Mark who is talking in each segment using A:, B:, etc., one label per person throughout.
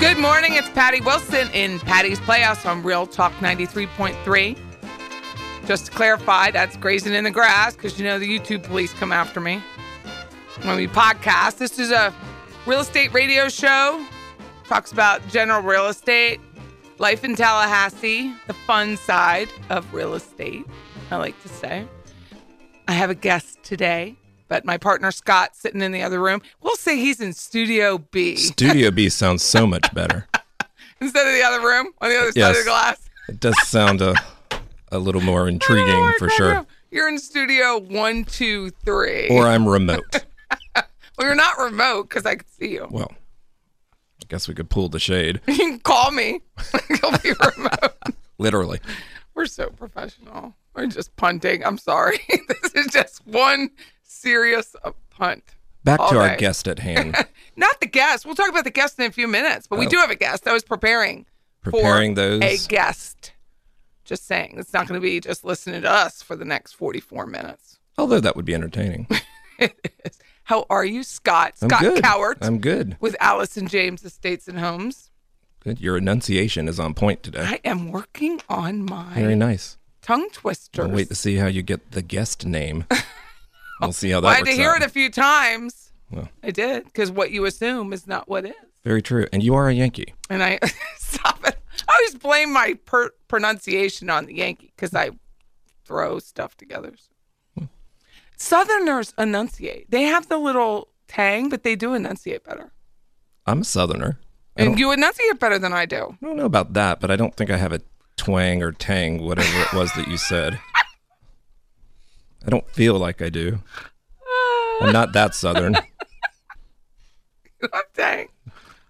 A: Good morning. It's Patty Wilson in Patty's Playhouse on Real Talk 93.3. Just to clarify, that's grazing in the grass because you know the YouTube police come after me when we podcast. This is a real estate radio show. Talks about general real estate, life in Tallahassee, the fun side of real estate, I like to say. I have a guest today, but my partner Scott sitting in the other room. We'll say he's in Studio B.
B: Studio B sounds so much better.
A: instead of the other room on the other side of the
B: Yes.
A: glass.
B: It does sound a a little more intriguing for sure.
A: You're in studio one, two, three.
B: Or I'm remote.
A: well, you're not remote because I can see you.
B: Well, I guess we could pull the shade,
A: You can call me. You'll be remote.
B: literally.
A: We're so professional. We're just punting. I'm sorry. this is just one serious uh, punt.
B: Back
A: All
B: to our
A: right.
B: guest at hand,
A: Not the guest. We'll talk about the guest in a few minutes, but we
B: Oh.
A: do have a guest. I was preparing.
B: preparing
A: for a
B: those.
A: guest. Just saying, it's not going to be just listening to us for the next 44 minutes.
B: Although that would be entertaining.
A: How are you, Scott?
B: I'm
A: Scott
B: good.
A: Cowart.
B: I'm good.
A: with Allison James Estates and Homes.
B: Good. Your enunciation is on point today.
A: I am working on my
B: Very nice.
A: tongue
B: We'll
A: twisters.
B: wait to see how you get the guest name. We'll see how that
A: I had
B: works
A: to hear
B: out.
A: it a few times.
B: Well.
A: I did because what you assume is not what is.
B: Very true. And you are a Yankee.
A: And I stop it. I always blame my per- pronunciation on the Yankee because I throw stuff together.
B: Hmm.
A: Southerners enunciate. They have the little tang, but they do enunciate better.
B: I'm a Southerner. I don't-
A: And you enunciate better than I do.
B: I don't know about that, but I don't think I have a twang or tang, whatever it was that you said. I don't feel like I do. I'm not that southern,
A: I'm tang.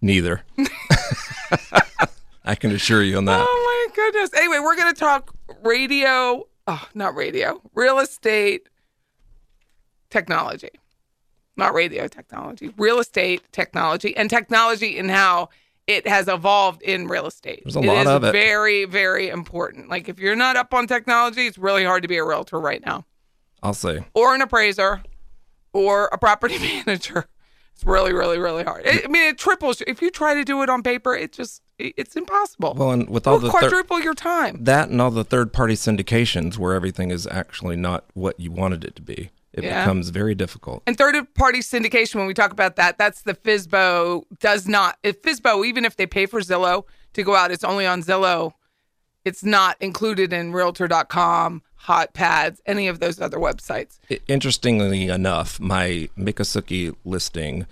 B: neither. I can assure you on that.
A: Oh my goodness. Anyway, we're going to talk radio, oh, not radio, real estate technology. Not radio technology, real estate technology, and technology and how it has evolved in real estate.
B: There's a lot
A: is
B: of it.
A: Very, very important. Like if you're not up on technology, it's really hard to be a realtor right now,
B: I'll say
A: or an appraiser, or a property manager. It's really, really, really hard. It, I mean, it triples. If you try to do it on paper, it just I- It's impossible.
B: Well, and with all
A: We'll
B: the thir-
A: quadruple your time.
B: that and all the third party syndications where everything is actually not what you wanted it to be, it
A: Yeah.
B: becomes very difficult.
A: And third party syndication, when we talk about that, that's the FISBO does not. If FISBO, even if they pay for Zillow to go out, it's only on Zillow. It's not included in Realtor.com, Hot Pads, any of those other websites.
B: I- Interestingly enough, my Mikasuki listing,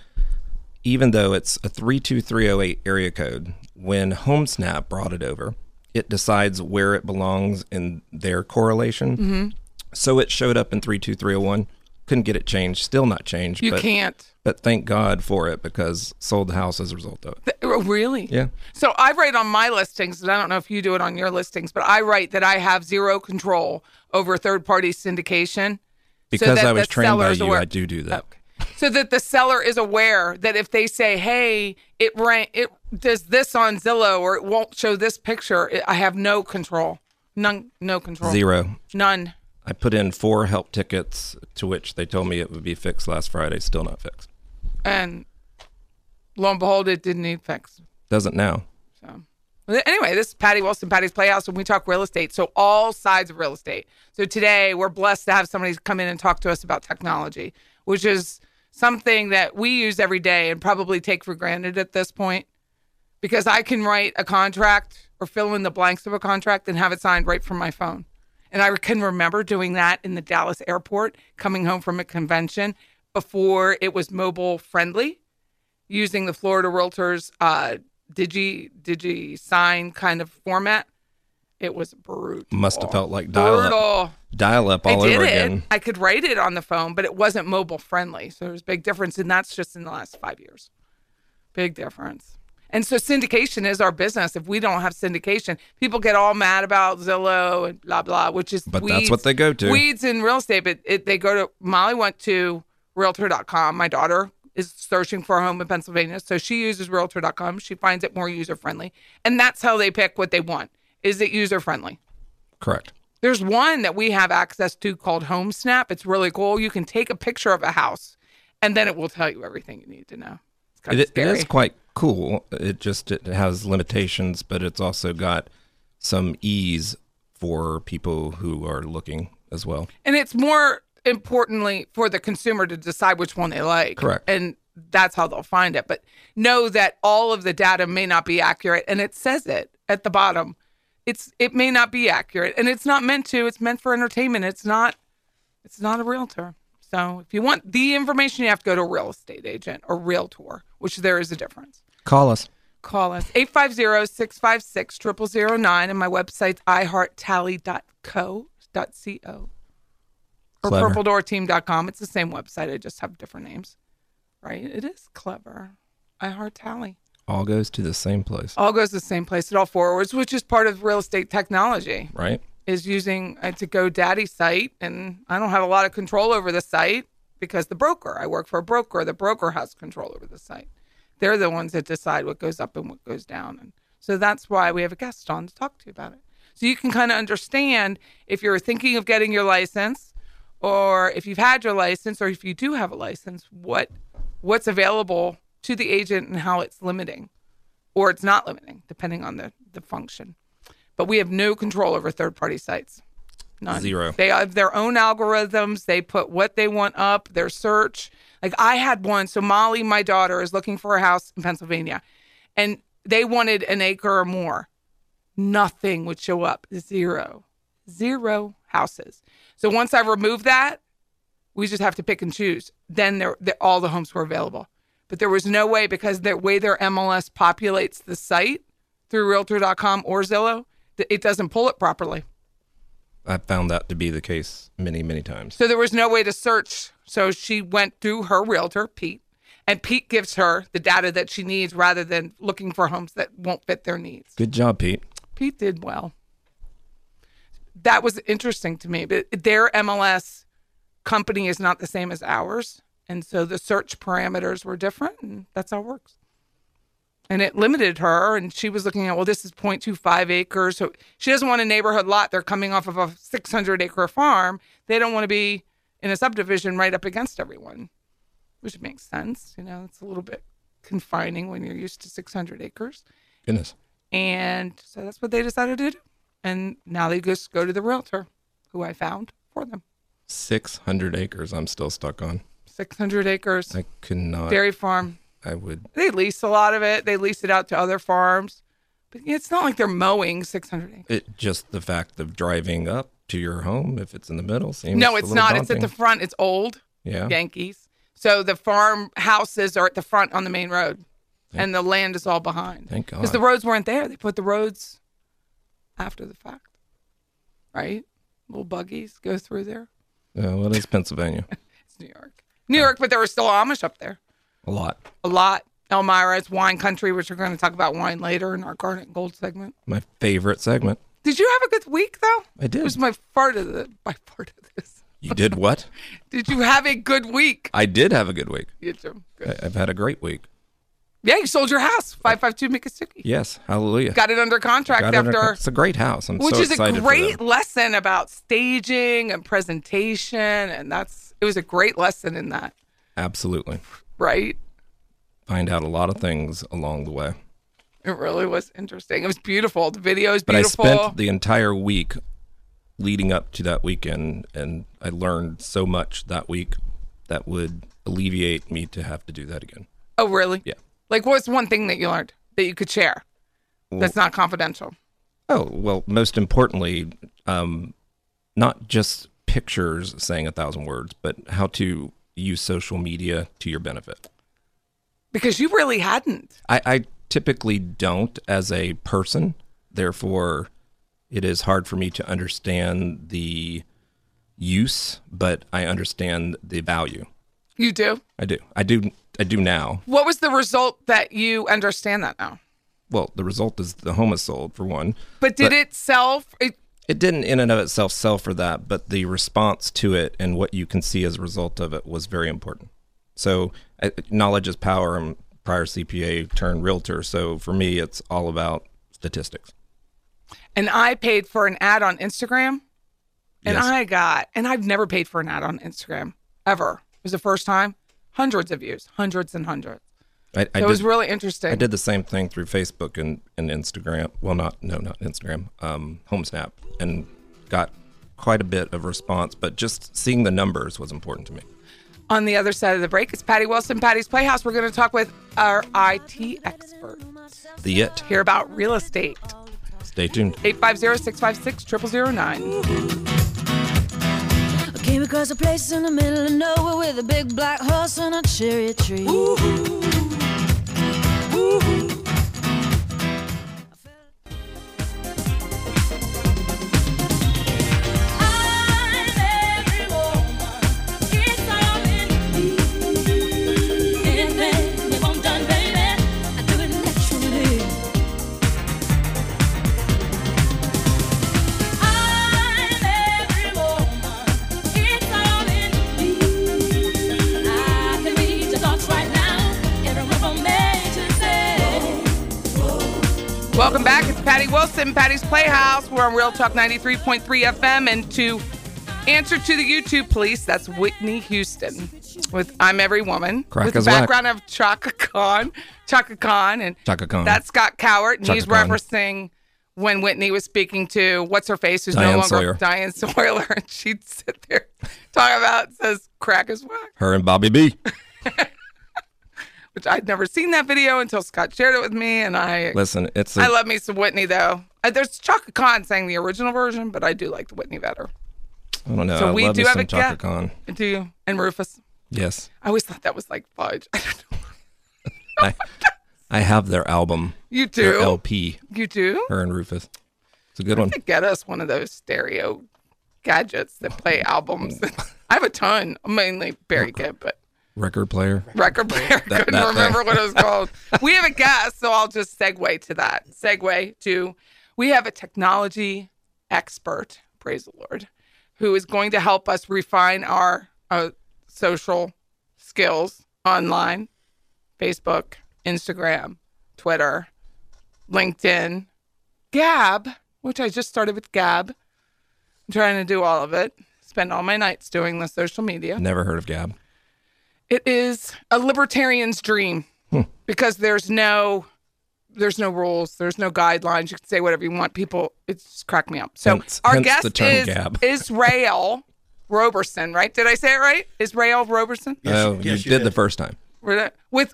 B: even though it's a 32308 area code, when HomeSnap brought it over, it decides where it belongs in their correlation.
A: Mm-hmm.
B: So it showed up in 32301. Couldn't get it changed, still not changed.
A: You
B: but,
A: can't.
B: But thank God for it because sold the house as a result of it.
A: Th- oh, Really?
B: Yeah.
A: So I write on my listings, and I don't know if you do it on your listings, but I write that I have zero control over third party syndication.
B: Because
A: that
B: I was
A: the
B: trained by
A: seller's
B: you,
A: aware-
B: I do do that.
A: so that the seller is aware that if they say, "Hey, it ran, it does this on Zillow or it won't show this picture," it, I have no control, none, no control,
B: Zero.
A: none.
B: I put in four help tickets to which they told me it would be fixed last Friday, still not fixed.
A: And lo and behold, it didn't need fixed.
B: Doesn't now.
A: Well, Anyway, this is Patty Wilson, Patty's Playhouse, and we talk real estate. So all sides of real estate. So today we're blessed to have somebody come in and talk to us about technology, which is something that we use every day and probably take for granted at this point. Because I can write a contract or fill in the blanks of a contract and have it signed right from my phone. And I can remember doing that in the Dallas airport, coming home from a convention before it was mobile friendly using the Florida Realtors uh, digi digi sign kind of format. It was brutal.
B: Must have felt like dial up,
A: brutal.
B: dial up all
A: I did
B: over
A: it.
B: again.
A: I could write it on the phone, but it wasn't mobile friendly. So there's a big difference, and that's just in the last five years. Big difference. And so syndication is our business. If we don't have syndication, people get all mad about Zillow and blah blah, which is
B: But
A: weeds,
B: that's what they go to.
A: Weeds in real estate, but it, they go to Molly went to Realtor.com. My daughter is searching for a home in Pennsylvania, so she uses Realtor.com. She finds it more user friendly, and that's how they pick what they want. Is it user friendly?
B: Correct.
A: There's one that we have access to called Home Snap. It's really cool. You can take a picture of a house and then it will tell you everything you need to know. It's kind
B: It,
A: of
B: it
A: scary.
B: is quite cool. It just it has limitations, but it's also got some ease for people who are looking as well.
A: and it's more importantly for the consumer to decide which one they like.
B: Correct.
A: And that's how they'll find it. But know that all of the data may not be accurate and it says it at the bottom. It's it may not be accurate and it's not meant to. It's meant for entertainment. It's not it's not a realtor. So if you want the information you have to go to a real estate agent or realtor, which there is a difference.
B: Call us.
A: call us 850-656-0009 and my website's ihearttally.co.co or
B: Clever.
A: purpledoorteam.com it's the same website i just have different names right it is clever ihearttally
B: All goes to the same place,
A: all goes to the same place it all forwards which is part of real estate technology
B: right?
A: is using uh, it's a GoDaddy site, and I don't have a lot of control over the site because the broker. I work for a broker. The broker has control over the site. They're the ones that decide what goes up and what goes down, and so that's why we have a guest on to talk to you about it. So you can kind of understand if you're thinking of getting your license, or if you've had your license, or if you do have a license, what what's available to the agent and how it's limiting, or it's not limiting, depending on the the function but we have no control over third party sites. None.
B: Zero.
A: They have their own algorithms. They put what they want up, their search. Like I had one. So Molly, my daughter, is looking for a house in Pennsylvania and they wanted an acre or more. Nothing would show up. Zero. Zero houses. So once I removed that, we just have to pick and choose. Then there, there, all the homes were available. But there was no way because the way their MLS populates the site through Realtor.com or Zillow, th- it doesn't pull it properly.
B: I found that to be the case many, many times.
A: So there was no way to search. So she went through her realtor, Pete, and Pete gives her the data that she needs rather than looking for homes that won't fit their needs.
B: Good job, Pete.
A: Pete did well. That was interesting to me. But their MLS company is not the same as ours. And so the search parameters were different. And that's how it works. And it limited her. And she was looking at, well, this is 0.25 acres. So she doesn't want a neighborhood lot. They're coming off of a 600 acre farm. They don't want to be in a subdivision right up against everyone, which makes sense. You know, it's a little bit confining when you're used to 600 acres
B: Goodness.
A: And so that's what they decided to do. And now they just go to the realtor who I found for them.
B: 600 acres I'm still stuck on.
A: 600 acres,
B: I could not.
A: dairy farm.
B: I would.
A: They lease a lot of it. They lease it out to other farms. But it's not like they're mowing 600 acres.
B: It just the fact of driving up to your home if it's in the middle seems
A: No,
B: a
A: it's
B: little
A: not. It's at the
B: daunting.
A: front. It's old
B: yeah.
A: Yankees. So the farm houses are at the front on the main road, and the land is all behind.
B: Thank
A: Because the
B: God.
A: roads weren't there. They put the roads after the fact, right? Little buggies go through there.
B: Yeah, Uh, well, it is Pennsylvania.
A: It's New York. New York, but there were still Amish up there.
B: A lot.
A: A lot. Elmira, it's wine country, which we're going to talk about wine later in our Garnet and Gold segment.
B: My favorite segment.
A: Did you have a good week, though?
B: I did.
A: It was my part of the, my part of this.
B: You did what?
A: Did you have a good week?
B: I did have a good week.
A: You too. Good.
B: I, I've had a great week.
A: Yeah, you sold your house, 552 Miccosukee.
B: Yes. Hallelujah.
A: Got it under contract
B: Got it under
A: after,
B: con- it's a great house. I'm
A: which
B: so
A: is a
B: excited for
A: great
B: them.
A: lesson about staging and presentation. And that's, it was a great lesson in that,
B: Absolutely.
A: right?
B: Find out a lot of things along the way.
A: It really was interesting. It was beautiful. The video is
B: But
A: beautiful.
B: I spent the entire week leading up to that weekend, and I learned so much that week that would alleviate me to have to do that again.
A: oh, really?
B: Yeah.
A: Like, what's one thing that you learned that you could share that's not confidential?
B: Oh, well, most importantly, um, not just pictures saying a thousand words, but how to use social media to your benefit.
A: Because you really hadn't.
B: I, I typically don't as a person. Therefore, it is hard for me to understand the use, but I understand the value.
A: You do.
B: I do. I do. I do now.
A: What was the result that you understand that now?
B: Well, the result is the home is sold for one.
A: But did
B: But-
A: it sell? It,
B: It didn't in and of itself sell for that, but the response to it and what you can see as a result of it was very important. So, uh, knowledge is power. I'm prior CPA turned realtor, so for me, it's all about statistics.
A: and I paid for an ad on Instagram, and
B: Yes.
A: I got, and I've never paid for an ad on Instagram ever. It was the first time. Hundreds of views, hundreds and hundreds.
B: I, I
A: So it was
B: did-
A: really interesting.
B: I did the same thing through Facebook and, and Instagram. Well, not no, not Instagram. Um, HomeSnap, and got quite a bit of response. But just seeing the numbers was important to me.
A: On the other side of the break, it's Patty Wilson, Patty's Playhouse. We're going to talk with our IT expert
B: The it.
A: here about real estate.
B: Stay tuned.
A: 850 656 0009.
C: I came across a place in the middle of nowhere with a big black horse and a cherry tree.
A: Welcome back. It's Patty Wilson, Patty's Playhouse. We're on Real Talk 93.3 FM. And to answer to the YouTube police, that's Whitney Houston with I'm Every Woman.
B: Crack
A: with the
B: as whack.
A: background of Chaka Khan. Chaka Khan. And
B: Chaka Khan.
A: that's Scott Cowart. And
B: Chaka
A: he's
B: Khan.
A: referencing when Whitney was speaking to what's her face, who's no
B: Diane
A: longer
B: Sawyer.
A: Diane Sawyer. And she'd sit there talking about, says, crack as whack
B: Her and Bobby B.
A: which I'd never seen that video until Scott shared it with me, and I
B: Listen, it's a,
A: I love me some Whitney though. Uh, There's Chaka Khan sang the original version, but I do like the Whitney better.
B: I don't know.
A: So
B: I
A: we
B: love
A: do
B: me
A: have
B: some
A: a
B: Chaka
A: yeah.
B: Khan.
A: Do you and Rufus?
B: Yes,
A: I always thought that was like fudge. I don't know.
B: I, I have their album,
A: You
B: their
A: do,
B: LP.
A: you do.
B: Her and Rufus. It's a good one.
A: To get us one of those stereo gadgets that play albums. I have a ton, mainly Barry Gibb, but
B: Record player.
A: record player.
B: That-
A: couldn't
B: that thing.
A: remember what it was called. we have a guest, so I'll just segue to that. Segue to we have a technology expert, praise the Lord, who is going to help us refine our uh, social skills online Facebook, Instagram, Twitter, LinkedIn, Gab, which I just started with Gab. I'm trying to do all of it, spend all my nights doing the social media.
B: Never heard of Gab. Hmm.
A: It is a libertarian's dream because there's no there's no rules, there's no guidelines. You can say whatever you want. People, it's just crack me up. So
B: Hence-
A: our
B: hence
A: guest
B: the term
A: is
B: gab.
A: Israel Roberson, right? Did I say it right? Israel Roberson
B: oh, you
D: yes, you
B: did, the
D: did.
B: first time.
A: Were that- with.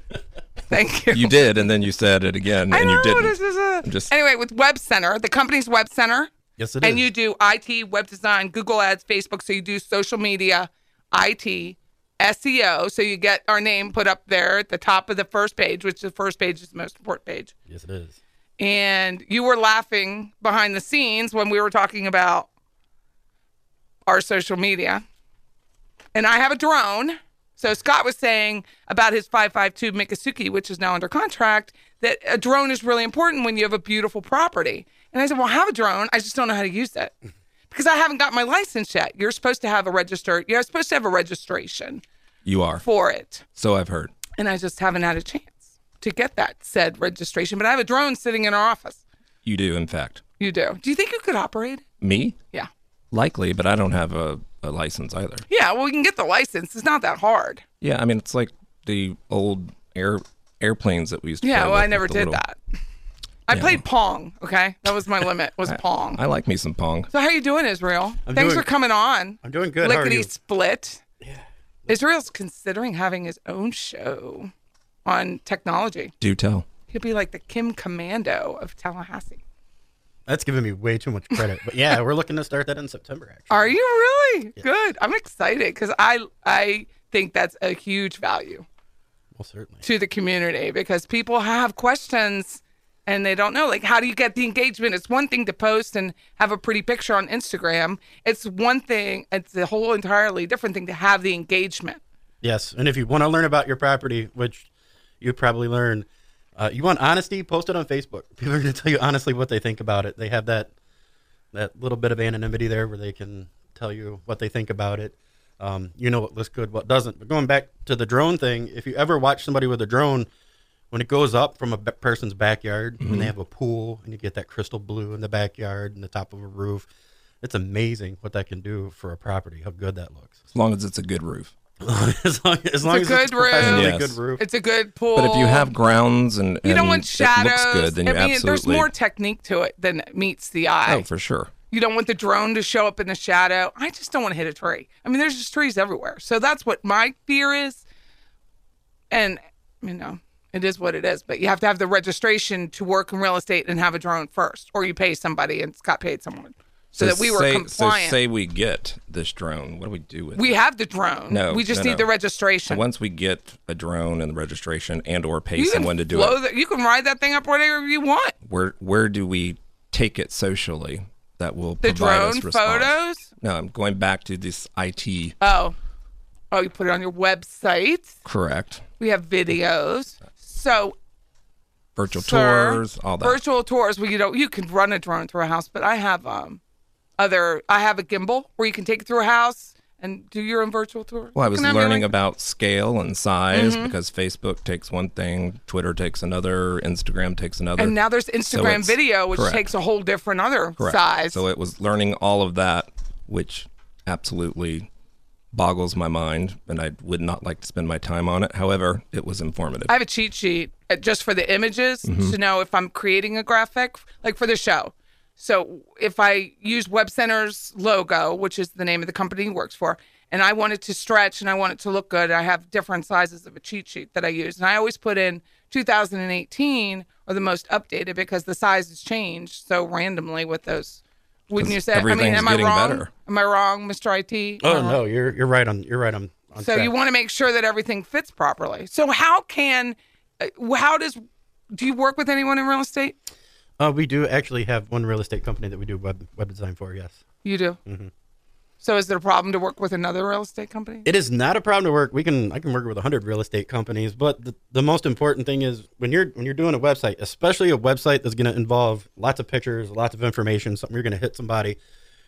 A: Thank you.
B: You did, and then you said it again,
A: I
B: and
A: know
B: you didn't.
A: this is a.
B: Just-
A: anyway, with Web Center, the company's Web Center,
D: Yes, it is.
A: and you do IT, web design, Google Ads, Facebook. So you do social media, IT, SEO. E So you get our name put up there at the top of the first page, which the first page is the most important page.
D: Yes, it is.
A: And you were laughing behind the scenes when we were talking about our social media. And I have a drone. So Scott was saying about his 552 Mikasuki, which is now under contract, that a drone is really important when you have a beautiful property. And I said, Well, I have a drone. I just don't know how to use it because I haven't got my license yet. You're supposed to have a register. You're supposed to have a registration
B: You are.
A: for it
B: So I've heard.
A: and I just haven't had a chance to get that said registration. But I have a drone sitting in our office.
B: You do, in fact.
A: You do. Do you think you could operate?
B: Me?
A: Yeah.
B: Likely, but I don't have a, a license either.
A: Yeah. Well, we can get the license. It's not that hard.
B: Yeah, I mean, it's like the old air airplanes that we used to
A: Yeah.
B: play
A: Well,
B: with
A: I never
B: with the
A: did
B: little-
A: that. I played pong. Okay, that was my limit. Was pong.
B: I like me some Pong.
A: so how you doing, Israel?
D: I'm
A: Thanks
D: doing-
A: for coming on.
D: I'm doing good. How are
A: Lickety
D: you?
A: split. Israel's considering having his own show on technology.
B: Do tell.
A: He'll be like the Kim Commando of Tallahassee.
D: That's giving me way too much credit. But yeah, we're looking to start that in September, actually.
A: Are you really good? I'm excited because I I think that's a huge value
D: Well, certainly.
A: to the community because people have questions and they don't know like how do you get the engagement? It's one thing to post and have a pretty picture on Instagram. It's one thing. It's a whole entirely different thing to have the engagement.
D: Yes. And if you want to learn about your property, which you probably learn, uh, you want honesty, post it on Facebook. People are going to tell you honestly what they think about it. They have that that little bit of anonymity there where they can tell you what they think about it. Um, you know what looks good, what doesn't. But going back to the drone thing, if you ever watch somebody with a drone, when it goes up from a b- person's backyard, when they have a pool and you get that crystal blue in the backyard and the top of a roof, it's amazing what that can do for a property, how good that looks.
B: As long as it's a good roof.
D: as long as, long
A: a
D: as
A: good
D: it's professionally
B: roof.
D: good
B: Yes.
D: roof.
A: It's a good pool.
B: But if you have grounds and,
A: you don't
B: and
A: want shadows.
B: it looks good, then you
A: I mean, there's
B: absolutely
A: more technique to it than meets the eye.
B: oh for sure.
A: You don't want the drone to show up in the shadow. I just don't want to hit a tree. I mean, there's just trees everywhere. So that's what my fear is. And, you know, it is what it is. But you have to have the registration to work in real estate and have a drone first, or you pay somebody, and Scott paid someone so, that we were
B: say,
A: compliant.
B: So say we get this drone. What do we do with
A: we
B: it?
A: have the drone.
B: No,
A: We just
B: no,
A: need
B: no.
A: the registration.
B: So once we get a drone and the registration and or pay
A: you can
B: someone to do
A: blow
B: it,
A: the- you can ride that thing up wherever you want.
B: where where do we take it socially that will
A: The
B: provide
A: drone
B: us response?
A: photos.
B: No, I'm going back to this IT
A: Oh. Oh, you put it on your website.
B: correct.
A: We have videos. So
B: Virtual
A: Sir,
B: tours, all that.
A: Virtual tours. Well, you know, you can run a drone through a house, but I have um other. I have a gimbal where you can take it through a house and do your own virtual tour.
B: Well, I was
A: Can be
B: learning
A: like- Mm-hmm.
B: about scale and size because Facebook takes one thing, Twitter takes another, Instagram takes another.
A: And now there's Instagram
B: it's-
A: video, which
B: correct.
A: takes a whole different other
B: Correct.
A: size.
B: So it was learning all of that, which absolutely boggles my mind, and I would not like to spend my time on it. However, it Mm-hmm. was informative.
A: I have a cheat sheet uh, just for the images to know if I'm creating a graphic, like for the show. So if I use Web Center's logo, which is the name of the company he works for, and I want it to stretch and I want it to look good, I have different sizes of a cheat sheet that I use. And I always put in 2018 or the most updated because the sizes change so randomly with those. Wouldn't you say? I mean,
B: everything's
A: am I
B: getting
A: wrong?
B: better.
A: Am I wrong, Mr. IT? Am I
D: Oh
A: wrong?
D: no, you're you're right on you're right on. on
A: So
D: track.
A: you want to make sure that everything fits properly. So how can, uh, how does, do you work with anyone in real estate?
D: Uh, we do actually have one real estate company that we do web web design for. Yes,
A: You do. So is it a problem to work with another real estate company?
D: it is not a problem to work. We can I can work with hundred real estate companies, but the, the most important thing is when you're when you're doing a website, especially a website that's going to involve lots of pictures, lots of information, something you're going to hit somebody.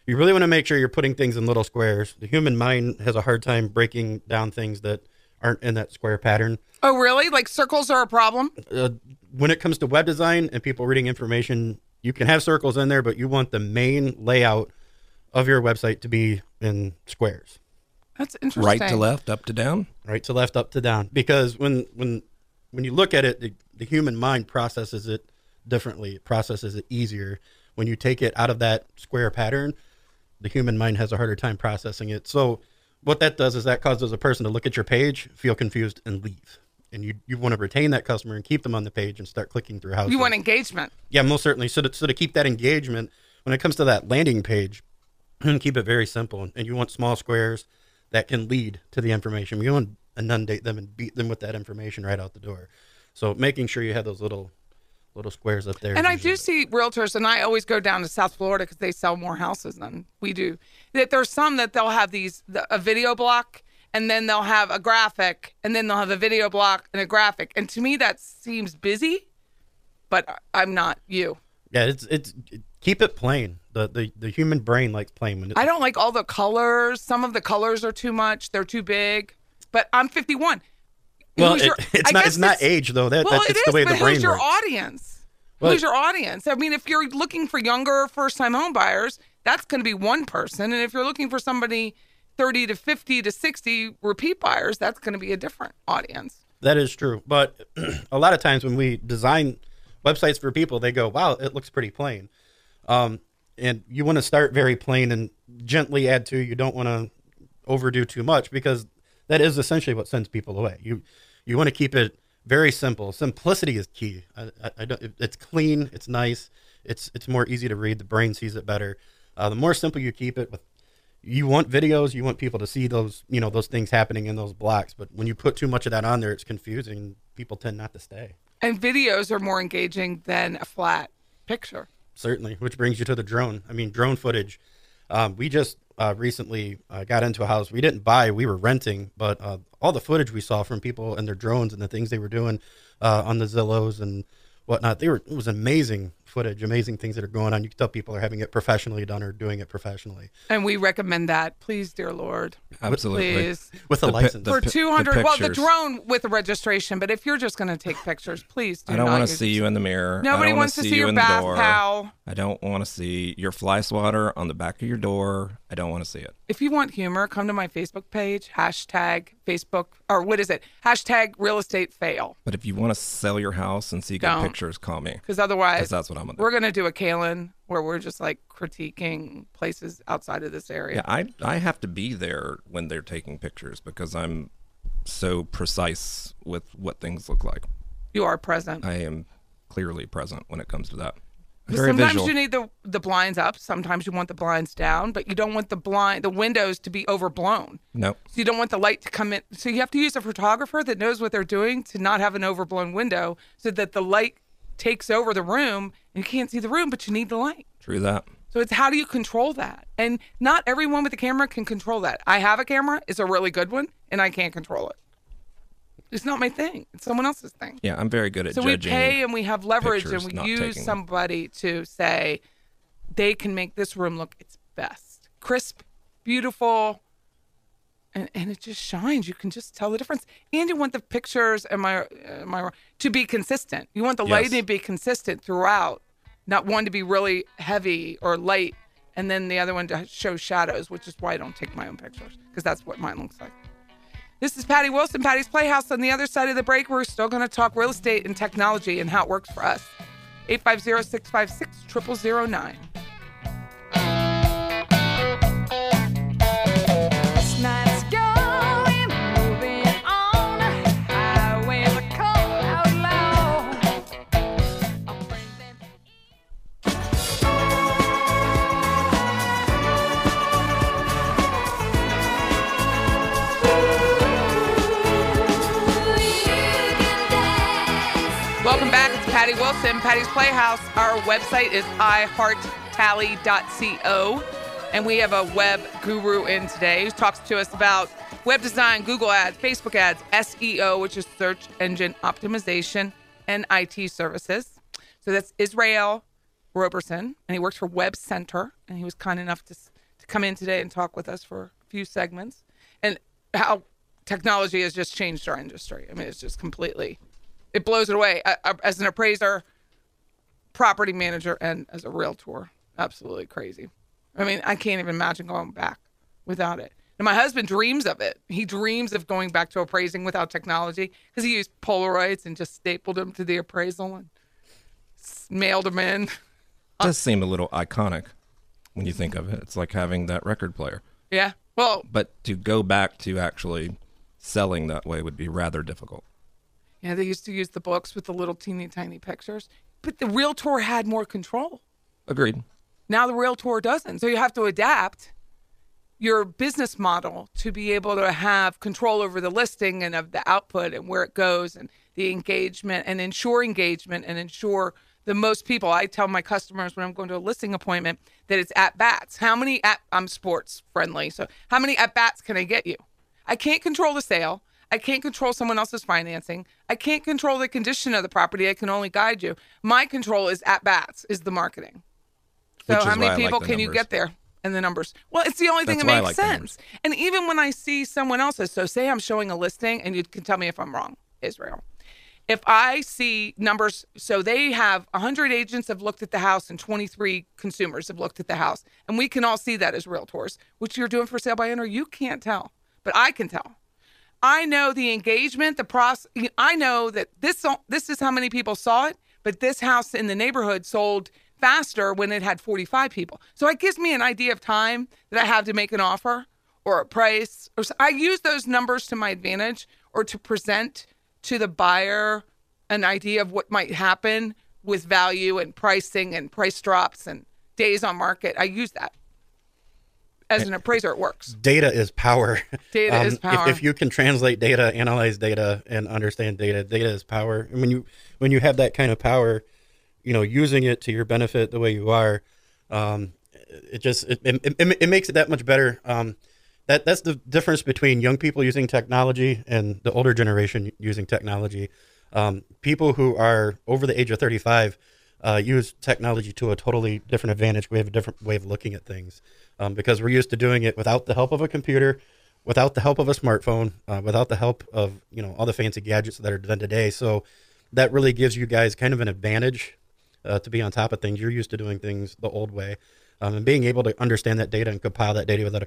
D: You really want to make sure you're putting things in little squares. The human mind has a hard time breaking down things that aren't in that square pattern.
A: Oh, really? Like circles are a problem?
D: uh, when it comes to web design and people reading information, you can have circles in there, but you want the main layout of your website to be in squares,
A: That's interesting.
B: right to left, up to down.
D: right to left, up to down. Because when when when you look at it, the, the human mind processes it differently, it processes it easier. When you take it out of that square pattern, the human mind has a harder time processing it. So what that does is that causes a person to look at your page, feel confused, and leave. And you, you want to retain that customer and keep them on the page and start clicking through houses.
A: You want engagement.
D: Yeah, most certainly. So to, so to keep that engagement, when it comes to that landing page, keep it very simple. And you want small squares that can lead to the information. You want to inundate them and beat them with that information right out the door. So making sure you have those little little squares up there.
A: And I
D: is usually-
A: do see realtors, and I always go down to South Florida because they sell more houses than we do. That there's some that they'll have these the- a video block, and then they'll have a graphic, and then they'll have a video block and a graphic. And to me, that seems busy, but I- I'm not you.
D: Yeah, it's it's keep it plain. The the, the human brain likes plain when it's
A: I don't like all the colors. Some of the colors are too much. They're too big. But I'm 51.
D: well,
A: Who's
D: it-
A: your- I
D: it's not
A: guess
D: it's not
A: this-
D: age though. That
A: well,
D: that's
A: it
D: just
A: is,
D: the way
A: but
D: the brain
A: who's your
D: works.
A: audience?
D: Well,
A: who's your audience? I mean, if you're looking for younger first-time home buyers, that's going to be one person, and if you're looking for somebody 30 to 50 to 60 repeat buyers, that's going to be a different audience.
D: That is true. But a lot of times when we design websites for people, they go, wow, it looks pretty plain. Um, and you want to start very plain and gently add to. You don't want to overdo too much because that is essentially what sends people away. You you want to keep it very simple. Simplicity is key. I, I, I don't, it- it's clean. It's nice. It's it's more easy to read. The brain sees it better. Uh, the more simple you keep it with you want videos you want people to see those you know those things happening in those blocks but when you put too much of that on there it's confusing people tend not to stay
A: And videos are more engaging than a flat picture.
D: certainly which brings you to the drone i mean drone footage um, we just uh, recently uh, got into a house we didn't buy we were renting but uh, all the footage we saw from people and their drones and the things they were doing uh, on the zillows and whatnot they were it was amazing footage amazing things that are going on you can tell people are having it professionally done or doing it professionally
A: And we recommend that. Please, dear Lord.
B: Absolutely.
A: Please.
D: with a
B: The pi-
D: license
B: the
A: For
B: pi- the
A: 200, well, the
B: pictures.
A: drone with a registration, but if you're just going to take pictures, please do
B: I don't
A: not
B: want to
A: use-
B: see you in the mirror. I
A: Nobody
B: don't wanna
A: wants to see
B: you
A: your
B: in the
A: bath
B: door.
A: towel.
B: I don't want to see your fly swatter on the back of your door. I don't want to see it.
A: if you want humor, come to my Facebook page, hashtag Facebook, or what is it? Hashtag real estate fail.
B: But if you want to sell your house and see good
A: Don't.
B: pictures, call me.
A: Because otherwise,
B: 'Cause that's what I'm gonna do.
A: we're going to do a Kalen where we're just like critiquing places outside of this area.
B: Yeah, I I have to be there when they're taking pictures because I'm so precise with what things look like.
A: You are present.
B: I am clearly present when it comes to that. I'm
A: But
B: Very
A: sometimes
B: visual.
A: you need the, the blinds up, sometimes you want the blinds down, but you don't want the blind the windows to be overblown.
B: no,
A: So you don't want the light to come in. So you have to use a photographer that knows what they're doing to not have an overblown window so that the light takes over the room and you can't see the room, but you need the light.
B: true that.
A: So it's how do you control that? And not everyone with a camera can control that. I have a camera, it's a really good one, and I can't control it. It's not my thing. It's someone else's thing.
B: Yeah, I'm very good at
A: So we
B: judging.
A: pay and we have leverage and
B: pictures,
A: we
B: not
A: use
B: taking them.
A: somebody to say they can make this room look its best. Crisp, beautiful, and, and it just shines. You can just tell the difference. And you want the pictures and my uh, my to be consistent. You want the
B: Yes.
A: lighting to be consistent throughout, not one to be really heavy or light, and then the other one to show shadows, which is why I don't take my own pictures because that's what mine looks like. This is Patty Wilson, Patty's Playhouse. On the other side of the break, we're still going to talk real estate and technology and how it works for us. 850 656 0009.
C: Night's going, moving on. Highway the cold outlaw.
A: Welcome back. It's Patty Wilson, Patty's Playhouse. Our website is iHeartTally.co. And we have a web guru in today who talks to us about web design, Google ads, Facebook ads, SEO, which is search engine optimization, and IT services. So that's Israel Roberson, and he works for Web Center. And he was kind enough to, s- to come in today and talk with us for a few segments and how technology has just changed our industry. I mean, it's just completely it blows it away uh, uh, as an appraiser, property manager, and as a realtor. Absolutely crazy. I mean, I can't even imagine going back without it. And And my husband dreams of it. He dreams of going back to appraising without technology because he used Polaroids and just stapled them to the appraisal and s- mailed them in.
B: does seem a little iconic when you think of it. It's like having that record player.
A: Yeah. Well,
B: But to go back to actually selling that way would be rather difficult.
A: yeah, they used to use the books with the little teeny tiny pictures, but the realtor had more control.
B: Agreed.
A: Now the realtor doesn't. So you have to adapt your business model to be able to have control over the listing and of the output and where it goes and the engagement and ensure engagement and ensure the most people. I tell my customers when I'm going to a listing appointment that it's at bats. How many at I'm sports friendly. So how many at bats can I get you? I can't control the sale. I can't control someone else's financing. I can't control the condition of the property. I can only guide you. My control is at bats is the marketing. So
B: Which is
A: how
B: why I
A: many
B: like
A: people
B: the
A: can you
B: numbers.
A: get there? And the numbers. Well, it's the only thing
B: That's
A: that
B: why I
A: makes
B: like the
A: sense. And even when I see someone else's, so say I'm showing a listing, and you can tell me if I'm wrong, Israel. If I see numbers, so they have 100 agents have looked at the house and 23 consumers have looked at the house, and we can all see that as realtors, which you're doing for sale by owner, you can't tell, but I can tell. I know the engagement, the process. I know that this this is how many people saw it, but this house in the neighborhood sold faster when it had 45 people. So it gives me an idea of time that I have to make an offer or a price. Or s- I use those numbers to my advantage or to present to the buyer an idea of what might happen with value and pricing and price drops and days on market. I use that as an appraiser. It works.
D: Data is power. Um,
A: Data is
D: if-
A: power.
D: If, you can translate data, analyze data, and understand data, data is power. And when you when you have that kind of power, you know, using it to your benefit the way you are, um, it just it, it, it, it makes it that much better. Um, that that's the difference between young people using technology and the older generation using technology. Um, people who are over the age of thirty five. Uh, use technology to a totally different advantage. We have a different way of looking at things um, because we're used to doing it without the help of a computer, without the help of a smartphone, uh, without the help of you know all the fancy gadgets that are done today. So that really gives you guys kind of an advantage uh, to be on top of things. You're used to doing things the old way, um, and being able to understand that data and compile that data without a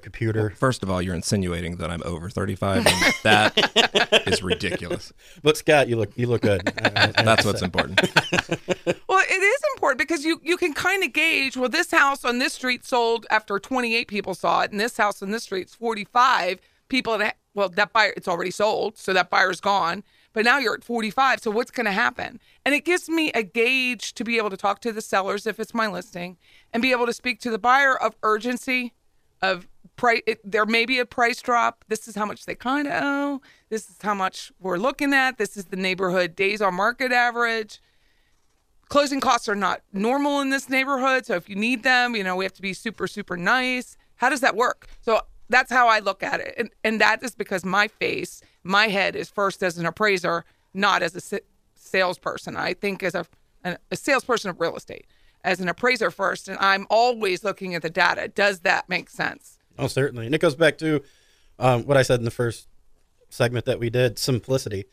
D: computer.
B: First of all, you're insinuating that I'm over 35, and that is ridiculous.
D: But Scott, you look you look good. Uh, I- I-
B: That's what's important.
A: Well, it is important because you you can kind of gauge. Well, this house on this street sold after 28 people saw it, and this house on this street's 45 people. That, well, that buyer it's already sold, so that buyer's gone. But now you're at 45. So what's going to happen? And it gives me a gauge to be able to talk to the sellers if it's my listing, and be able to speak to the buyer of urgency, of price. It, there may be a price drop. This is how much they kind of owe. This is how much we're looking at. This is the neighborhood days on market average closing costs are not normal in this neighborhood. So if you need them, you know, we have to be super, super nice. How does that work? So that's how I look at it. And, and that is because my face, my head is first as an appraiser, not as a sa- salesperson. I think as a, an, a salesperson of real estate, as an appraiser first. And I'm always looking at the data. Does that make sense?
D: Oh, certainly. And it goes back to um, what I said in the first segment that we did simplicity.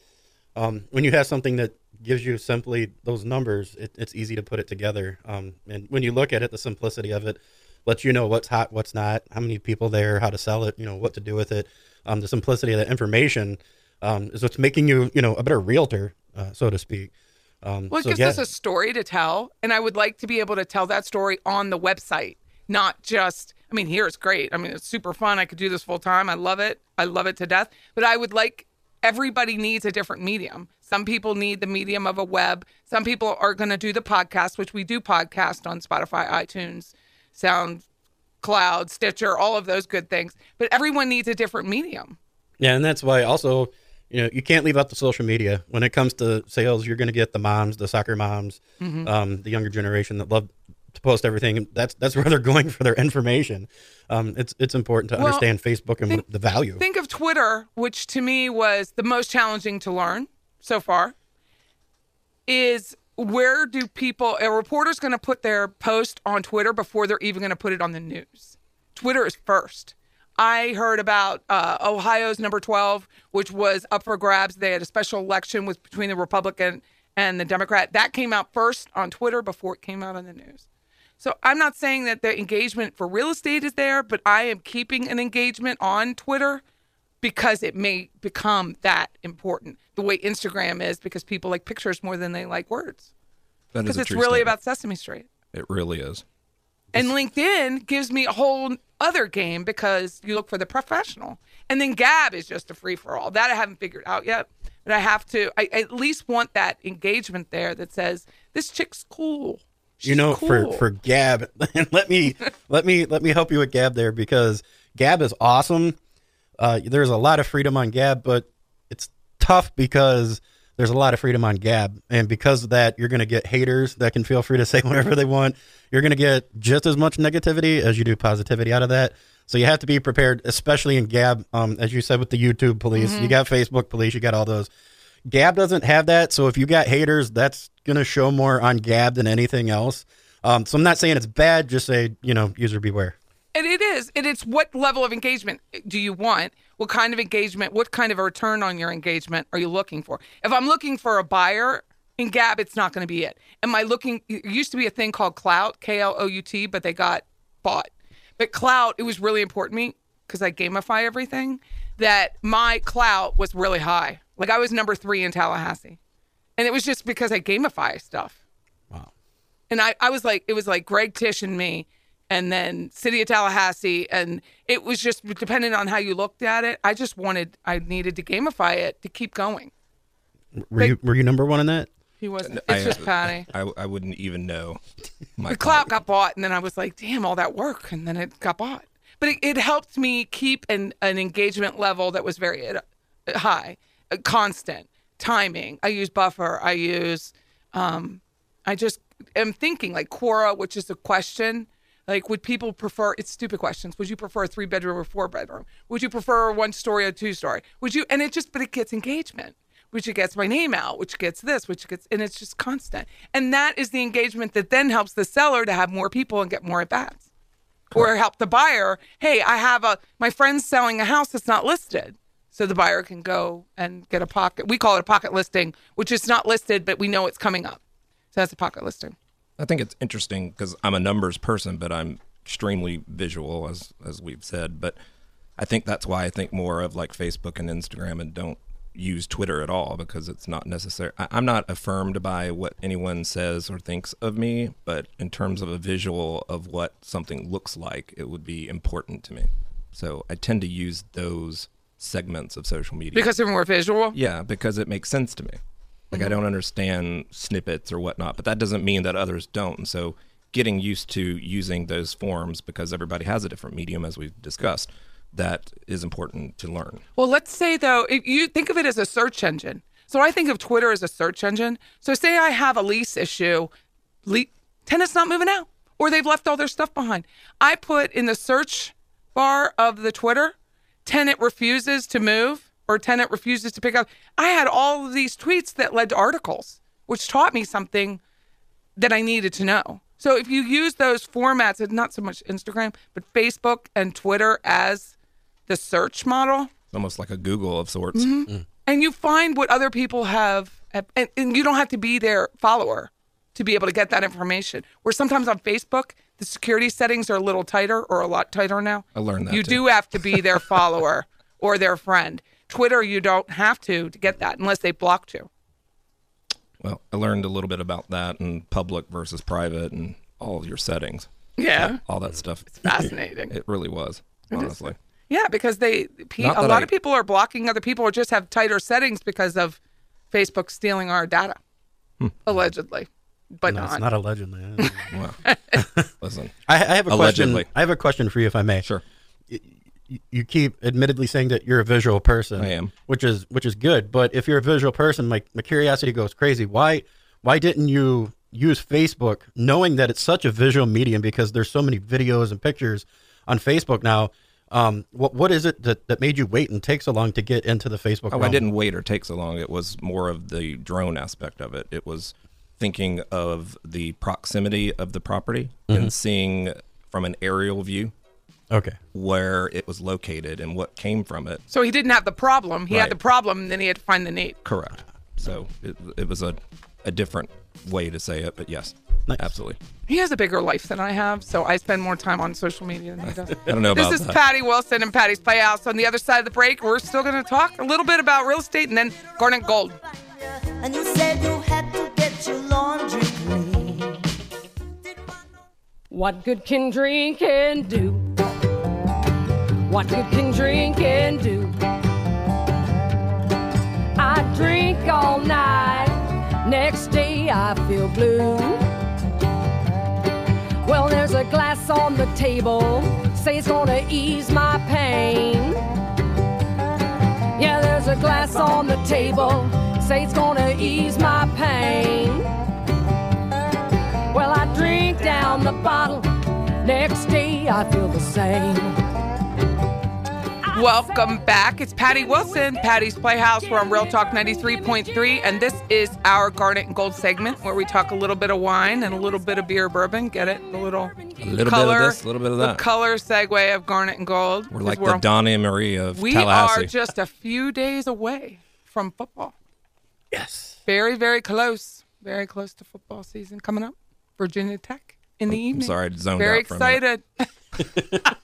D: Um, when you have something that gives you simply those numbers, it, it's easy to put it together. Um, and when you look at it, the simplicity of it lets you know what's hot, what's not, how many people there, how to sell it, you know, what to do with it. Um, the simplicity of that information um, is what's making you, you know, a better realtor, uh, so to speak. Um,
A: Well, it
D: so,
A: gives
D: yeah.
A: us a story to tell, and I would like to be able to tell that story on the website, not just. I mean, here it's great. I mean, it's super fun. I could do this full time. I love it. I love it to death. But I would like everybody needs a different medium. Some people need the medium of a web. Some people are going to do the podcast, which we do podcast on Spotify, iTunes, Sound, Cloud, Stitcher, all of those good things. But everyone needs a different medium.
D: Yeah, and that's why also, you know, you can't leave out the social media. When it comes to sales, you're going to get the moms, the soccer moms,
A: Mm-hmm.
D: um, the younger generation that love to post everything. And That's that's where they're going for their information. Um, it's it's important to
A: Well,
D: understand Facebook and what the value.
A: Think of Twitter, which to me was the most challenging to learn so far, is where do people, a reporter's going to put their post on Twitter before they're even going to put it on the news. Twitter is first. I heard about uh, Ohio's number 12, which was up for grabs. They had a special election with between the Republican and the Democrat. That came out first on Twitter before it came out on the news. So I'm not saying that the engagement for real estate is there, but I am keeping an engagement on Twitter because it may become that important the way Instagram is because people like pictures more than they like words.
B: That is
A: Because
B: a
A: it's
B: true
A: really
B: statement.
A: about Sesame Street.
B: It really is.
A: And LinkedIn gives me a whole other game because you look for the professional. And then Gab is just a free for all. That I haven't figured out yet. But I have to, I I at least want that engagement there that says, this chick's cool.
D: you know,
A: She's cool.
D: for for Gab, let me let me let me help you with Gab there because Gab is awesome. Uh, there's a lot of freedom on Gab, but it's tough because there's a lot of freedom on Gab, and because of that, you're going to get haters that can feel free to say whatever they want. You're going to get just as much negativity as you do positivity out of that. So you have to be prepared, especially in Gab, um, as you said with the YouTube police. You got Facebook police. You got all those. Gab doesn't have that. So if you got haters, that's going to show more on Gab than anything else. Um, so I'm not saying it's bad. Just say, you know, user beware.
A: And it is. And it's what level of engagement do you want? What kind of engagement? What kind of a return on your engagement are you looking for? If I'm looking for a buyer in Gab, it's not going to be it. Am I looking? It used to be a thing called Clout, K L O U T, but they got bought. But Clout, it was really important to me because I gamify everything, that my clout was really high. Like I was number three in Tallahassee. And it was just because I gamify stuff. And I, I was like, it was like Greg Tish and me, and then City of Tallahassee. And it was just depending on how you looked at it. I just wanted, I needed to gamify it to keep going.
D: Were you were you number one in that?
A: He wasn't, it's
B: I-
A: just Patty.
B: I, I wouldn't even know. My
A: The clout got bought, and then I was like, damn, all that work. And then it got bought. But it, it helped me keep an, an engagement level that was very uh, high, uh, constant, timing. I use Buffer. I use, um, I just am thinking like Quora, which is a question. Like, would people prefer, it's stupid questions. Would you prefer a three bedroom or four bedroom? Would you prefer a one story or two story? Would you, and it just, but it gets engagement, which it gets my name out, which gets this, which gets, and it's just constant. And that is the engagement that then helps the seller to have more people and get more at bats or help the buyer. Hey, I have a, my friend's selling a house that's not listed. So the buyer can go and get a pocket. We call it a pocket listing, which is not listed, but we know it's coming up. So that's a pocket listing.
B: I think it's interesting because I'm a numbers person, but I'm extremely visual, as as we've said. But I think that's why I think more of like Facebook and Instagram, and don't use Twitter at all because it's not necessary. I, I'm not affirmed by what anyone says or thinks of me, but in terms of a visual of what something looks like, it would be important to me. So I tend to use those segments of social media
A: Because they're more visual.
B: yeah, because it makes sense to me. Like I don't understand snippets or whatnot, but that doesn't mean that others don't. And so getting used to using those forms because everybody has a different medium as we've discussed, that is important to learn.
A: Well, let's say though, if you think of it as a search engine. So I think of Twitter as a search engine. So say I have a lease issue, le- tenant's not moving out, or they've left all their stuff behind. I put in the search bar of the Twitter, tenant refuses to move or tenant refuses to pick up. I had all of these tweets that led to articles, which taught me something that I needed to know. So if you use those formats, and not so much Instagram, but Facebook and Twitter as the search model,
B: It's almost like a Google of sorts.
A: and you find what other people have and, and you don't have to be their follower to be able to get that information where sometimes on facebook the security settings are a little tighter or a lot tighter now
B: I learned that
A: you
B: too.
A: do have to be their follower or their friend twitter you don't have to to get that unless they blocked you
B: Well, I learned a little bit about that and public versus private and all of your settings,
A: yeah
B: all that stuff.
A: fascinating
B: It really was, honestly.
A: yeah because they pe-
B: Not
A: a
B: that
A: lot
B: I-
A: of people are blocking other people or just have tighter settings because of facebook stealing our data
B: Hmm.
A: allegedly but
D: No,
A: not.
D: it's not allegedly. I, don't know.
B: Wow. Listen.
D: I, I have a
B: Allegedly.
D: question. I have a question for you, if I may.
B: Sure.
D: you- you keep admittedly saying that you're a visual person.
B: I am.
D: which is which is good. But if you're a visual person, my my curiosity goes crazy. Why why didn't you use Facebook, knowing that it's such a visual medium? Because there's so many videos and pictures on Facebook now. Um, what what is it that, that made you wait and take so long to get into the Facebook?
B: Oh, I
D: realm?
B: didn't wait or take so long. It was more of the drone aspect of it. It was thinking of the proximity of the property and seeing from an aerial view
D: Okay.
B: where it was located and what came from it.
A: So he didn't have the problem. He
B: Right.
A: had the problem, then he had to find the need.
B: Correct. So it, it was a, a different way to say it, but yes.
D: Nice.
B: Absolutely.
A: He has a bigger life than I have, so I spend more time on social media than he does.
B: I don't know about
A: This is
B: that.
A: Patty Wilson and Patty's Playhouse. On the other side of the break, we're still going to talk a little bit about real estate and then Garnet Gold.
E: And you said you had to get your laundry clean.
F: What good can drinking do? What good can drinking do? I drink all night, next day I feel blue. Well, there's a glass on the table, say it's gonna ease my pain. Yeah, there's a glass on the table, say it's gonna ease my pain. Well, I drink down the bottle. Next day, I feel the same.
A: Welcome back. It's Patty Wilson, Patty's Playhouse. We're on Real Talk 93.3, and this is our Garnet and Gold segment where we talk a little bit of wine and a little bit of beer bourbon. Get it? A little,
B: A little
A: color.
B: bit of this, a little bit of
A: the
B: that.
A: color segue of Garnet and Gold.
B: we're
A: 'cause
B: like the Donnie and Marie of
A: We
B: Tallahassee.
A: are just a few days away from football.
D: Yes.
A: Very, very close. Very close to football season coming up. Virginia Tech in the evening.
B: sorry, I zoned
A: Very
B: out for a minute.
A: excited.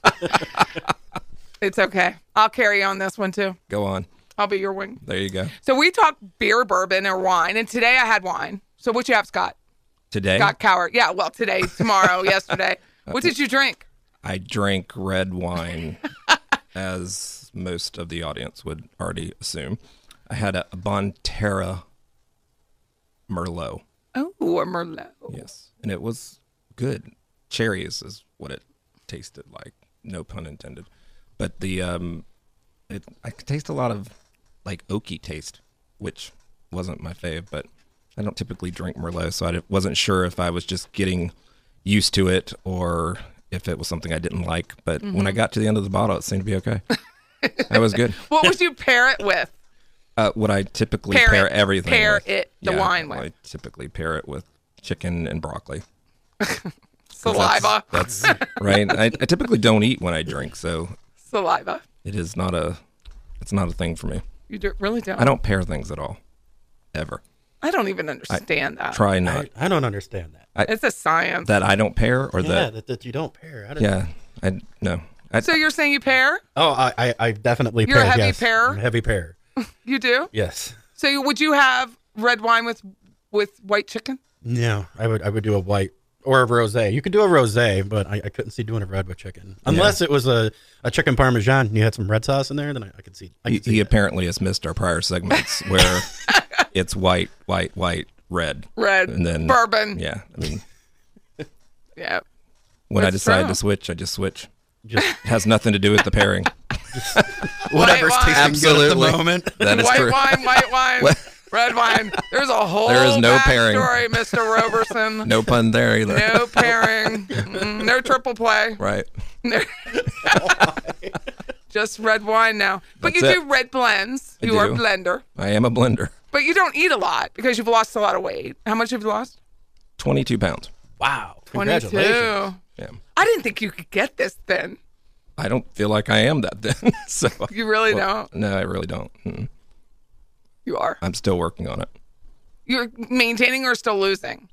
A: it's okay. I'll carry on this one too.
B: Go on.
A: I'll be your wing.
B: There you go.
A: So we talk beer, bourbon, or wine, and today I had wine. So what you have, Scott?
B: Today,
A: Scott Coward. Yeah. Well, today, tomorrow, yesterday. What did you drink?
B: I drank red wine, as most of the audience would already assume. I had a Bonterra Merlot.
A: Oh, a Merlot.
B: Yes. And it was good. Cherries is what it tasted like. No pun intended. But the um it I could taste a lot of like oaky taste, which wasn't my fave, but I don't typically drink Merlot, so I di- wasn't sure if I was just getting used to it or if it was something I didn't like. But when
A: Mm-hmm.
B: I got to the end of the bottle, it seemed to be okay. that was good.
A: What would you pair it with?
B: Uh, what I typically
A: Pair
B: pair,
A: it-
B: everything.
A: pair
B: with.
A: it, the wine with.
B: I typically pair it with chicken and broccoli.
A: Saliva.
B: That's
A: uh.
B: right. I, I typically don't eat when I drink, so
A: Saliva.
B: it is not a it's not a thing for me.
A: You do, really don't.
B: I don't pair things at all, ever.
A: I don't even understand that.
B: Try not
D: I, I don't understand that.
A: It's a science.
B: that I don't pair or
D: yeah,
B: that
D: that, that you don't pair. I don't,
B: yeah. I no. I,
A: so you're saying you pair?
D: Oh, I, I, I definitely
A: You're a
D: pair.
A: heavy
D: yes.
A: pairer?
D: I'm a heavy pair.
A: You do?
D: Yes.
A: So you, would you have red wine with with white chicken?
D: No, I would I would do a white or a rosé. You could do a rosé, but I, I couldn't see doing a red with chicken unless it was a, a chicken parmesan and you had some red sauce in there. Then I, I could see. I
B: he,
D: could see
B: he
D: that.
B: apparently has missed our prior segments where it's white, white, white, red,
A: Red
B: and then
A: bourbon.
B: Yeah, I mean,
A: Yeah.
B: when I
A: That's
B: decide
A: true.
B: to switch, I just switch.
D: Just
B: It has nothing to do with the pairing.
D: whatever's
A: wine.
D: tasting good at
B: Absolutely.
D: the moment.
B: That is
A: white
B: true.
A: wine, white wine, red wine. There's a whole
B: There is no pairing.
A: story, Mr. Roberson.
B: No pun there either.
A: No pairing. Mm, no triple play.
B: Right.
A: Just red wine now. But you
B: That's
A: do
B: it.
A: red blends.
B: I
A: you are a
B: do.
A: blender.
B: I am a blender.
A: But you don't eat a lot because you've lost a lot of weight. How much have you lost?
B: Twenty-two pounds.
D: Wow,
A: 22.
D: congratulations!
B: Yeah.
A: I didn't think you could get this thin.
B: I don't feel like I am that then. so
A: You really don't.
B: no, I really don't. Mm.
A: You are.
B: I'm still working on it.
A: You're maintaining or still losing?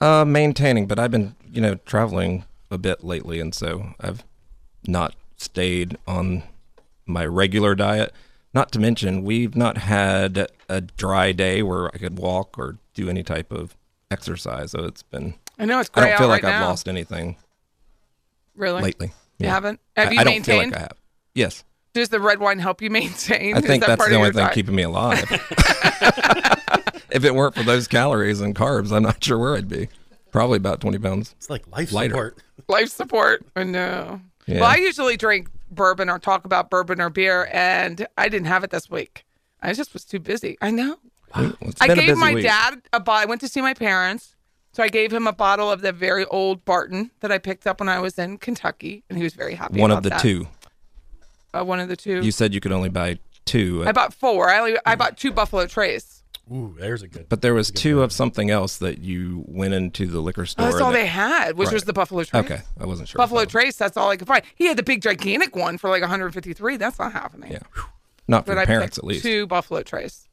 B: Uh, maintaining, but I've been you know traveling a bit lately, and so I've not stayed on my regular diet. Not to mention, we've not had a dry day where I could walk or do any type of exercise. So it's been.
A: I know it's
B: I
A: gray
B: don't feel
A: out
B: like
A: right
B: I've
A: now.
B: lost anything
A: Really?
B: lately.
A: You
B: Yeah.
A: haven't? Have
B: I-
A: you
B: I don't
A: maintained?
B: feel like I have. Yes,
A: Does the red wine help you maintain?
B: I think
A: Is that
B: that's
A: part
B: the
A: of
B: only
A: your
B: thing
A: diet?
B: keeping me alive. if it weren't for those calories and carbs, I'm not sure where I'd be. Probably about 20 pounds.
D: It's like life
B: Lighter.
D: support.
A: life support. I know.
B: Yeah.
A: Well, I usually drink bourbon or talk about bourbon or beer, and I didn't have it this week. I just was too busy. I know.
B: It's
A: I
B: been a
A: gave
B: busy
A: my
B: week.
A: dad a bottle. I went to see my parents. So I gave him a bottle of the very old Barton that I picked up when I was in Kentucky, and he was very happy.
B: one
A: about
B: of the
A: that.
B: two.
A: Uh, one of the two.
B: You said you could only buy two,
A: I bought four. I only, I bought two Buffalo Trace.
D: Ooh, there's a good.
B: but there was two of something else that you went into the liquor store.
A: That's all
B: that-
A: they had, which
B: Right.
A: was Oh, the Buffalo Trace.
B: Okay, I wasn't sure.
A: Buffalo
B: if that
A: Trace. That's all I could find. He had the big gigantic one for like 153. That's not happening.
B: was- Yeah, not for
A: But
B: your
A: I
B: parents
A: picked
B: at least.
A: two Buffalo Trace.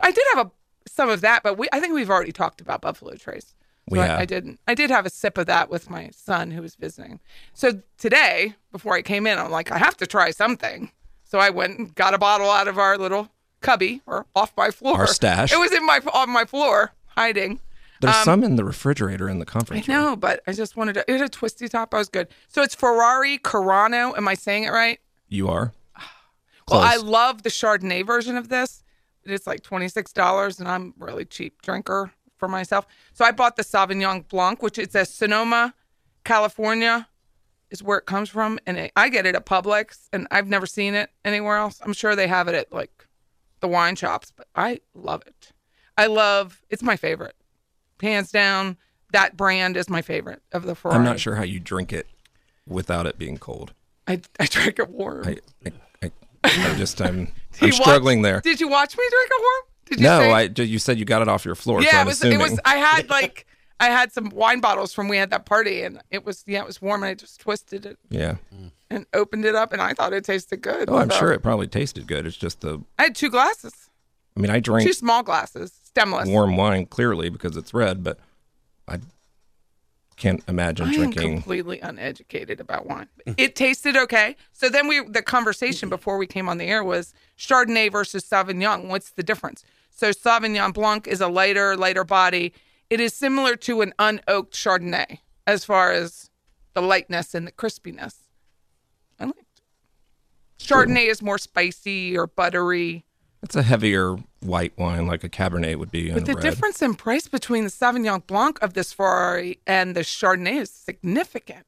A: I did have a some of that, but we I think we've already talked about Buffalo Trace.
B: We
A: So
B: have.
A: I, I didn't. I did have a sip of that with my son who was visiting. So today, before I came in, I'm like, I have to try something. So I went and got a bottle out of our little cubby or off my floor.
B: Our stash.
A: It was in my on my floor hiding.
B: There's some in the refrigerator in the
A: Um, I
B: conference room.
A: know, but I just wanted to. It had a twisty top. I was good. So it's Ferrari Carano. Am I saying it right?
B: You are.
A: Well, I
B: Close.
A: love the Chardonnay version of this. It's like twenty six dollars, and I'm a really cheap drinker for myself. So I bought the Sauvignon Blanc, which is a Sonoma, California, is where it comes from, and it, I get it at Publix, and I've never seen it anywhere else. I'm sure they have it at like the wine shops, but I love it. I love it's my favorite, hands down. That brand is my favorite of the Ferrari.
B: I'm not sure how you drink it without it being cold.
A: I, I drink it warm.
B: I, I, I, I just I'm,
A: Do
B: I'm
A: you watch-
B: struggling there.
A: Did you watch me drink it warm? Did you
B: No,
A: say-
B: I you said you got it off your floor. so
A: Yeah,
B: I'm
A: it was.
B: Assuming.
A: It was. I had like I had some wine bottles from we had that party, and it was yeah, it was warm, and I just twisted it
B: yeah.
A: and opened it up, and I thought it tasted good.
B: Oh, I'm
A: so-
B: sure it probably tasted good. It's just the.
A: I had two glasses,
B: I mean, I drink
A: two small glasses, stemless.
B: warm wine clearly because it's red, but I can't imagine
A: I am
B: drinking.
A: completely uneducated about wine. It tasted okay. So then we the conversation before we came on the air was Chardonnay versus Sauvignon. What's the difference? So Sauvignon Blanc is a lighter, lighter body. It is similar to an unoaked Chardonnay as far as the lightness and the crispiness. I liked it. Chardonnay is more spicy or buttery.
B: It's a heavier white wine like a Cabernet would be.
A: But
B: and
A: the
B: red.
A: difference in price between the Sauvignon Blanc of this Ferrari and the Chardonnay is significant.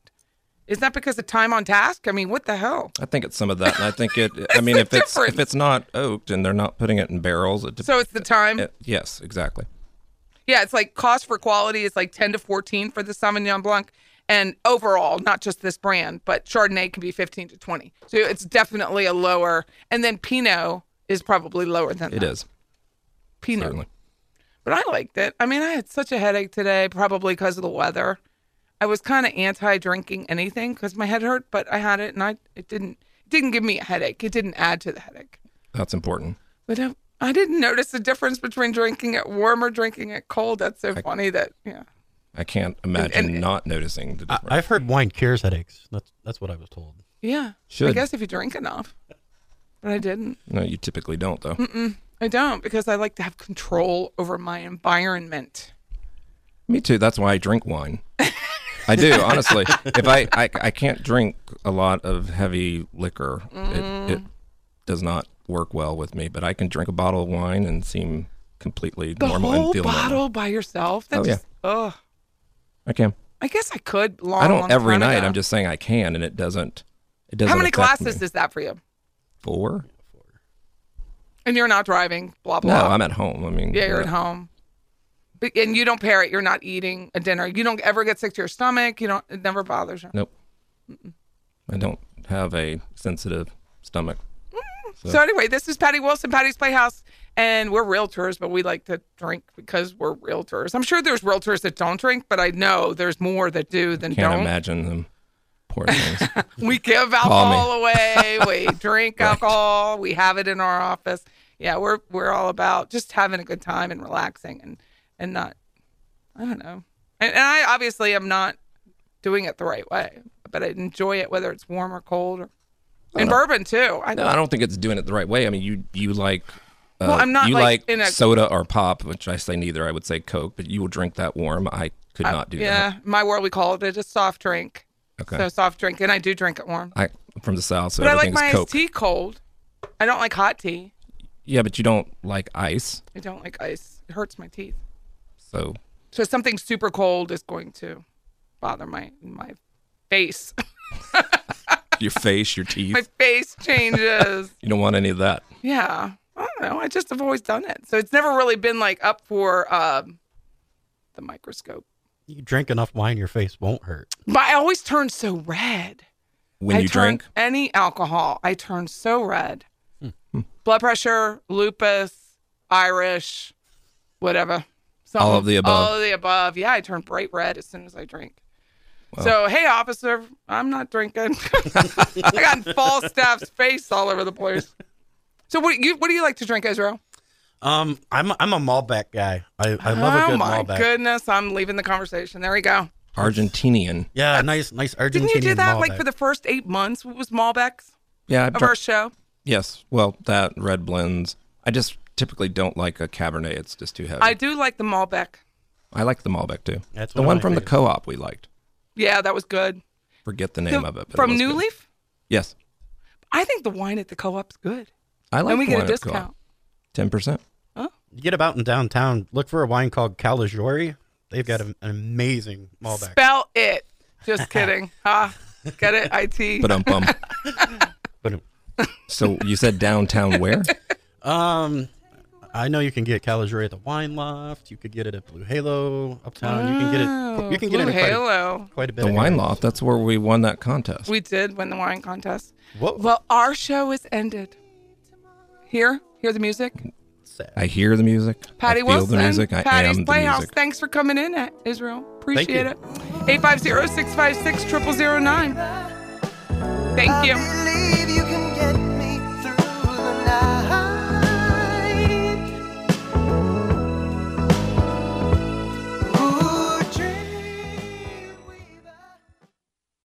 A: Is that because of time on task? I mean, what the hell?
B: I think it's some of that, and I think it. I mean,
A: the
B: if it's
A: difference.
B: if it's not oaked and they're not putting it in barrels, it, de-
A: So it's the time.
B: it- yes, exactly.
A: Yeah, it's like cost for quality is like 10 to 14 for the Sauvignon Blanc. And overall, not just this brand, but Chardonnay can be 15 to 20. So it's definitely a lower. And then Pinot is probably lower than
B: It
A: that.
B: is
A: Pinot.
B: certainly.
A: But I liked it. I mean, I had such a headache today, probably because of the weather. I was kind of anti-drinking anything because my head hurt, but I had it, and I it didn't it didn't give me a headache. It didn't add to the headache.
B: That's important.
A: But I, I didn't notice the difference between drinking it warm or drinking it cold. That's so funny that yeah.
B: I can't imagine not noticing the
D: I,
B: difference.
D: I've heard wine cures headaches. That's that's what I was told.
A: Yeah. I
B: Should.
A: guess if you drink enough. But I didn't.
B: no, you typically don't though.
A: I don't because I like to have control over my environment.
B: Me too. That's why I drink wine. I do honestly. If I, I I can't drink a lot of heavy liquor,
A: Mm-hmm.
B: it, it does not work well with me. But I can drink a bottle of wine and seem completely
A: The
B: normal
A: whole
B: and feel normal.
A: bottle by yourself. That
B: Oh, yeah.
A: just ugh.
B: I can.
A: I guess I could long.
B: I don't
A: long
B: every
A: time
B: night.
A: ago.
B: I'm just saying I can, and it doesn't. It doesn't.
A: How many
B: affect
A: glasses
B: Me.
A: is that for you?
B: Four.
A: And you're not driving, blah
B: No,
A: blah.
B: I'm at home. I mean, uh,
A: yeah, you're at home, but, and you don't pair it. You're not eating a dinner. You don't ever get sick to your stomach. You don't. It never bothers you.
B: Nope. I don't have a sensitive stomach.
A: So anyway, this is Patty Wilson, Patty's Playhouse, and we're realtors, but we like to drink because we're realtors. I'm sure there's realtors that don't drink, but I know there's more that do than
B: Can't
A: don't.
B: imagine them. Poor things.
A: We give alcohol away. We drink alcohol. We have it in our office. Yeah, we're we're all about just having a good time and relaxing and and not. I don't know. And, and I obviously am not doing it the right way, but I enjoy it whether it's warm or cold. Or, and bourbon too. I
B: No, I don't think it's doing it the right way. I mean, you you like. Uh,
A: Well, I'm not
B: you
A: like
B: like,
A: in a-
B: soda or pop, which I say neither. I would say Coke, but you will drink that warm. I could not do
A: Uh, yeah.
B: that.
A: in My world, we call it a soft drink.
B: Okay.
A: So soft drink, and I do drink it warm.
B: I I'm from the south, so
A: But I like my
B: everything's Coke.
A: iced tea cold. I don't like hot tea.
B: Yeah, but you don't like ice,
A: I don't like ice. It hurts my teeth.
B: so
A: So something super cold is going to bother my my face.
B: your face, your teeth.
A: my face changes.
B: You don't want any of that.
A: yeah. I don't know. I just have always done it. So it's never really been like up for um, the microscope.
D: You drink enough wine, your face won't hurt.
A: But I always turn so red.
B: When
A: I
B: you
A: turn
B: drink, Hmm.
A: any alcohol, I turn so red.
D: Hmm.
A: Blood pressure, lupus, Irish, whatever. Something-
B: All of the above.
A: All of the above. Yeah, I turn bright red as soon as I drink. So hey, officer, I'm not drinking. I got Falstaff's face all over the place. So what you what do you like to drink, Israel?
D: Um, I'm I'm a Malbec guy. I, I love a
A: oh
D: good
A: my
D: Malbec.
A: goodness, I'm leaving the conversation. There we go.
B: Argentinian.
D: Yeah, nice nice Argentinian
A: Didn't you do that like
D: Malbec.
A: for the first eight months? What was Malbec's
B: Yeah, I've
A: of
B: drank-
A: our show?
B: yes. Well, that red blends. I just typically don't like a Cabernet. It's just too heavy.
A: I
B: I,
A: do like the Malbec.
B: like the Malbec too.
D: That's
B: the
D: one of
B: one
D: my
B: from the
D: favorites.
B: co-op we liked.
A: Yeah, that was good.
B: Forget the name
A: The-
B: of it. but it
A: from
B: was
A: New
B: good.
A: Leaf?
B: Yes,
A: I think the wine at the co-op's good.
B: I like.
A: and we
B: the
A: get a
B: wine at Co-op.
A: discount.
B: 10%.
D: You get about in downtown, look for a wine called Caligiuri. They've got an an amazing Malbec.
A: Spell it. Just kidding. Ha. Get it? IT.
B: But um, bum.
D: But
B: so you said downtown where?
D: um, I know you can get Caligiuri at the Wine Loft. You could get it at Blue Halo uptown. you can get
A: Oh,
D: it. You can
A: Blue
D: get it at quite
A: Halo.
D: a, quite a bit.
B: The
D: of
B: Wine
D: areas.
B: Loft. That's where we won that contest.
A: We did win the wine contest.
D: What?
A: Well, our show is ended. Here, hear the music.
B: I hear the music.
A: Patty
B: I feel
A: Wilson,
B: the music. I
A: Patty's
B: am the
A: Playhouse.
B: music.
A: Thanks for coming in, uh, Israel. Appreciate
D: you.
A: it. 850 656 0009. Thank you.